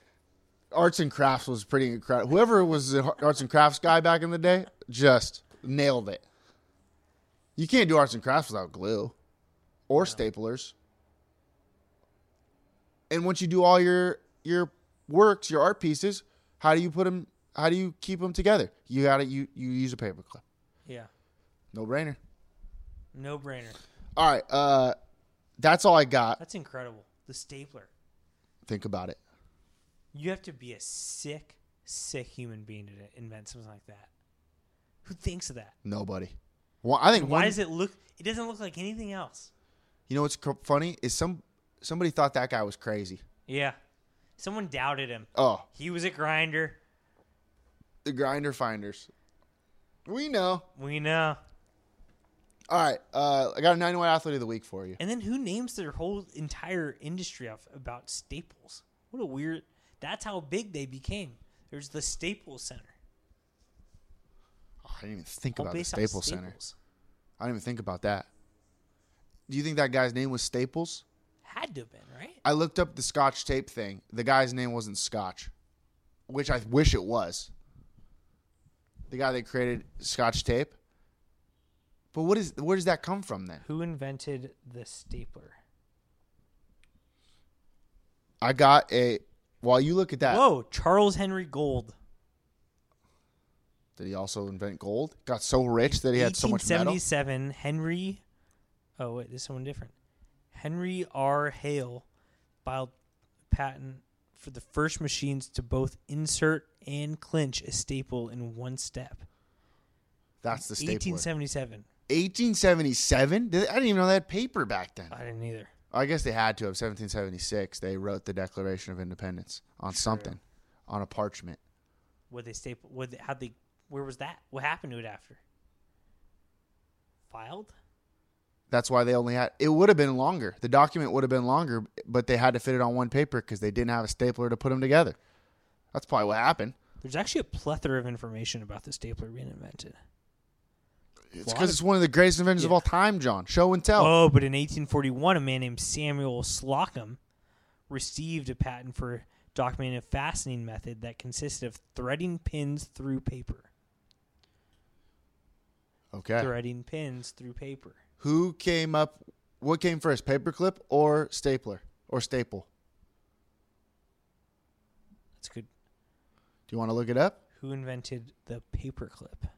B: arts and crafts was pretty incredible. Whoever was the har- arts and crafts guy back in the day just nailed it. You can't do arts and crafts without glue or staplers. And once you do all your your works, your art pieces, how do you put them? How do you keep them together? You got to you you use a paperclip.
C: Yeah.
B: No brainer.
C: No brainer.
B: All right, uh, that's all I got.
C: That's incredible. The stapler.
B: Think about it.
C: You have to be a sick, sick human being to invent something like that. Who thinks of that?
B: Nobody. Well, I think
C: Why
B: one-
C: does it look? It doesn't look like anything else.
B: You know what's cr- funny is some somebody thought that guy was crazy.
C: Yeah, someone doubted him.
B: Oh,
C: He was a grinder.
B: the grinder finders. We know.
C: We know.
B: All right, uh, I got a 91 athlete of the week for you.
C: And then who names their whole entire industry off about staples? What a weird. That's how big they became. There's the Staples Center.
B: Oh, I didn't even think
C: All
B: about the
C: based off
B: Staples Center. I didn't even think about that. Do you think that guy's name was Staples?
C: Had to have been right.
B: I looked up the Scotch tape thing. The guy's name wasn't Scotch, which I wish it was. The guy that created Scotch tape. But what is where does that come from then?
C: Who invented the stapler?
B: I got a while you look at that.
C: Whoa, Charles Henry Gold.
B: Did he also invent gold? Got so rich that he had so much metal.
C: 1877, Henry. Oh wait, this is someone different. Henry R. Hale filed a patent for the first machines to both insert and clinch a staple in one step.
B: That's the stapler.
C: 1877.
B: 1877. Did- I didn't even know they had paper back then.
C: I didn't either.
B: I guess they had to have 1776. They wrote the Declaration of Independence on something, on a parchment.
C: What they staple? What? They, how they? Where was that? What happened to it after? Filed?
B: That's why they only had it would have been longer. The document would have been longer, but they had to fit it on one paper because they didn't have a stapler to put them together. That's probably what happened.
C: There's actually a plethora of information about the stapler being invented.
B: It's because it's one of the greatest inventions of all time, John. Show and tell.
C: Oh, but in 1841, a man named Samuel Slocum received a patent for documenting a fastening method that consisted of threading pins through paper.
B: okay.
C: Threading pins through paper.
B: Who came up? What came first, paperclip or stapler or staple?
C: That's good.
B: Do you want to look it up?
C: Who invented the paperclip?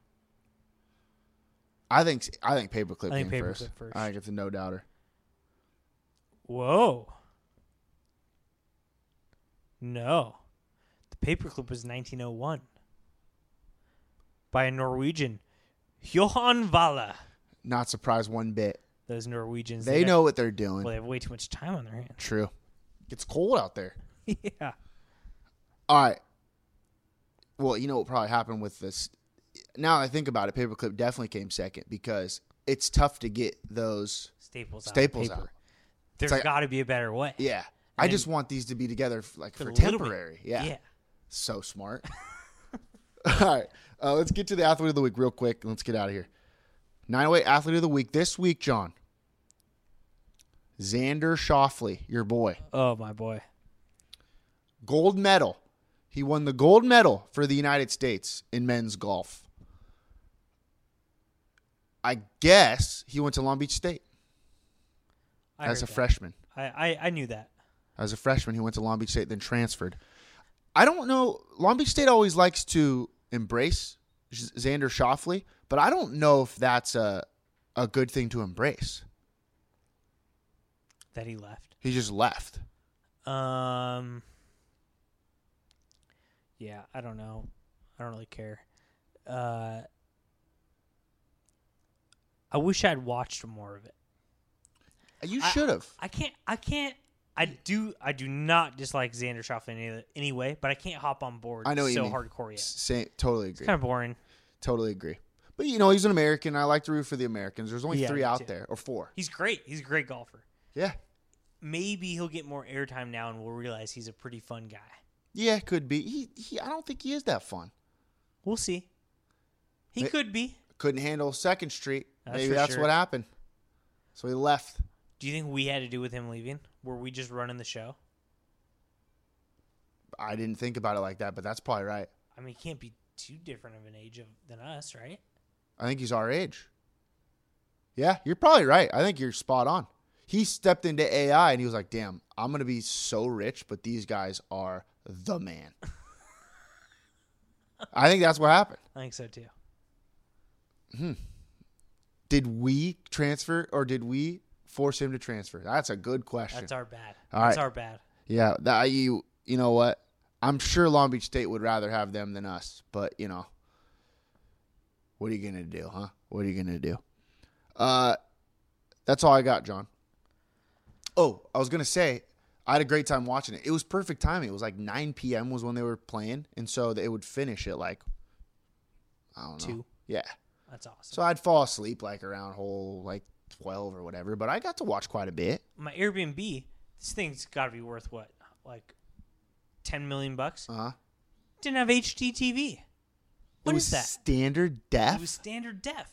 B: I think I think paperclip
C: I think
B: came
C: paperclip
B: first.
C: first.
B: I think it's a no doubter.
C: Whoa. No. The paperclip was 1901 by a Norwegian, Johan Valla.
B: Not surprised one bit.
C: Those Norwegians.
B: They
C: have-
B: know what they're doing.
C: Well, they have way too much time on their hands.
B: True. It's cold out there.
C: yeah.
B: All right. Well, you know what probably happened with this. Now that I think about it, paperclip definitely came second because it's tough to get those
C: Staples.
B: staples
C: Out.
B: out.
C: paper. There's
B: like-
C: got to be a better way.
B: Yeah. I
C: then-
B: just want these to be together f- like
C: The
B: for
C: little bit-
B: temporary. Yeah.
C: Yeah.
B: So smart. All right. Uh, let's get to the athlete of the week real quick and let's get out of here. 908 athlete of the week this week, John. Xander Shoffley, your boy.
C: Oh my boy.
B: gold medal. He won the gold medal for the United States in men's golf. I guess he went to Long Beach State
C: I
B: as a
C: heard that.
B: freshman.
C: I, I I knew that.
B: As a freshman, he went to Long Beach State, then transferred. I don't know. Long Beach State always likes to embrace Z- Xander Shoffley, but I don't know if that's a a good thing to embrace.
C: That he left.
B: He just left.
C: Um. Yeah, I don't know. I don't really care. Uh. I wish I'd watched more of it.
B: You
C: I-
B: should have.
C: I can't. I can't. I do. I do not dislike Xander Schauffele in any, any way, but I can't hop on board.
B: I, know what you
C: so
B: mean.
C: hardcore yet.
B: S- Same, totally agree.
C: It's kind of boring.
B: Totally agree. But you know, he's an American. I like to root for the Americans. There's only
C: Yeah,
B: three
C: me
B: out
C: too.
B: there, or four.
C: He's great. He's a great golfer.
B: Yeah,
C: Maybe he'll get more airtime now, and we'll realize he's a pretty fun guy.
B: yeah, could be. He, he. I don't think he is that fun.
C: We'll see. He
B: Ma-
C: could be.
B: Couldn't handle Second Street.
C: That's
B: Maybe
C: for
B: that's
C: sure.
B: what happened. So he left.
C: Do you think we had to do with him leaving? Were we just running the show?
B: I didn't think about it like that, but that's probably right.
C: I mean, he can't be too different of an age of, than us, right?
B: I think he's our age. Yeah, you're probably right. I think you're spot on. He stepped into AI and he was like, "Damn, I'm gonna be so rich, but these guys are the man." I think that's what happened.
C: I think so too.
B: did we transfer or did we force him to transfer? That's a good question.
C: That's our bad.
B: All
C: That's
B: right.
C: our bad.
B: yeah, that you you know what? I'm sure Long Beach State would rather have them than us, but you know, what are you gonna do, huh? What are you gonna do? Uh, that's all I got, John. Oh, I was gonna say, I had a great time watching it. It was perfect timing. It was like 9 p.m. was when they were playing, and so they would finish at like I don't know,
C: Two.
B: yeah.
C: That's awesome.
B: So I'd fall asleep like around hole like twelve or whatever, but I got to watch quite a bit.
C: my Airbnb, this thing's got to be worth what, like, ten million bucks?
B: Uh-huh.
C: Didn't have HDTV. What
B: it was
C: is that?
B: Standard
C: It
B: def.
C: was standard def.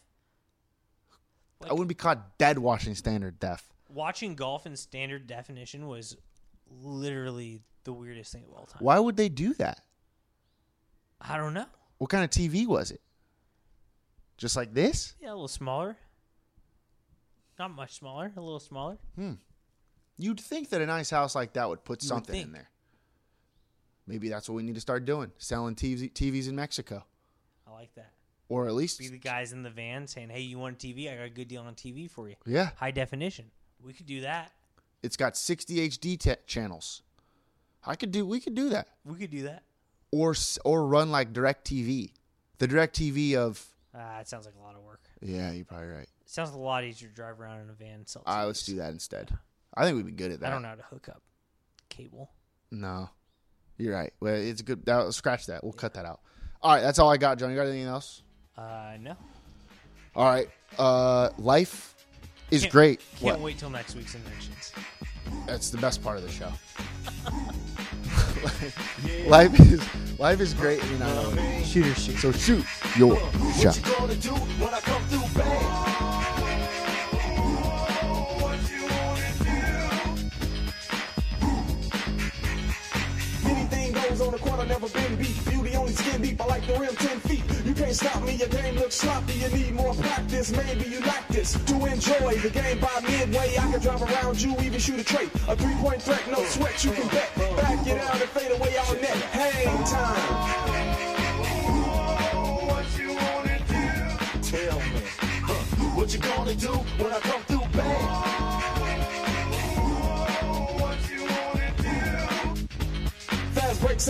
B: I wouldn't be caught dead watching standard def.
C: Watching golf in standard definition was literally the weirdest thing of all time.
B: Why would they do that?
C: I don't know.
B: What kind of TV was it? Just like this?
C: Yeah, a little smaller. Not much smaller. A little smaller.
B: You'd think that a nice house like that would put
C: You would
B: something in
C: think.
B: there. Maybe that's what we need to start doing: selling TV, TVs in Mexico,
C: I like that.
B: or at least
C: Be the guys in the van saying, "Hey, you want a TV? I got a good deal on TV for you.
B: yeah,
C: High definition. We could do that.
B: it's got sixty HD te- channels. I could do. We could do that.
C: We could do that."
B: or s- or run like direct tv the direct tv of
C: Ah, it sounds like a lot of work.
B: yeah you're probably right
C: It sounds a lot easier to drive around in a van. And sell
B: Ah,
C: TVs.
B: let's do that instead i think we'd be good at that
C: I don't know how to hook up cable.
B: no you're right well it's a good that, scratch that we'll cut that out all right that's all i got john you got anything else
C: Uh, no.
B: all right uh life is
C: Can't-
B: great.
C: Can't
B: What?
C: wait till next week's inventions.
B: That's the best part of the show. life is life is great and you're not alone.
C: Shooter shoot.
B: So shoot your shot.
D: Anything goes on the court, I never been beat. Beauty only skin deep, I like the rim 10 feet. You can't stop me, your game looks sloppy. You need more practice, maybe you like this. To enjoy the game by midway, I can drive around you, even shoot a trait. A three point threat, no sweat, you can bet. Back it out and fade away all net. Hang time. Tell me, huh, what you gonna do when I come through bang? Fast breaks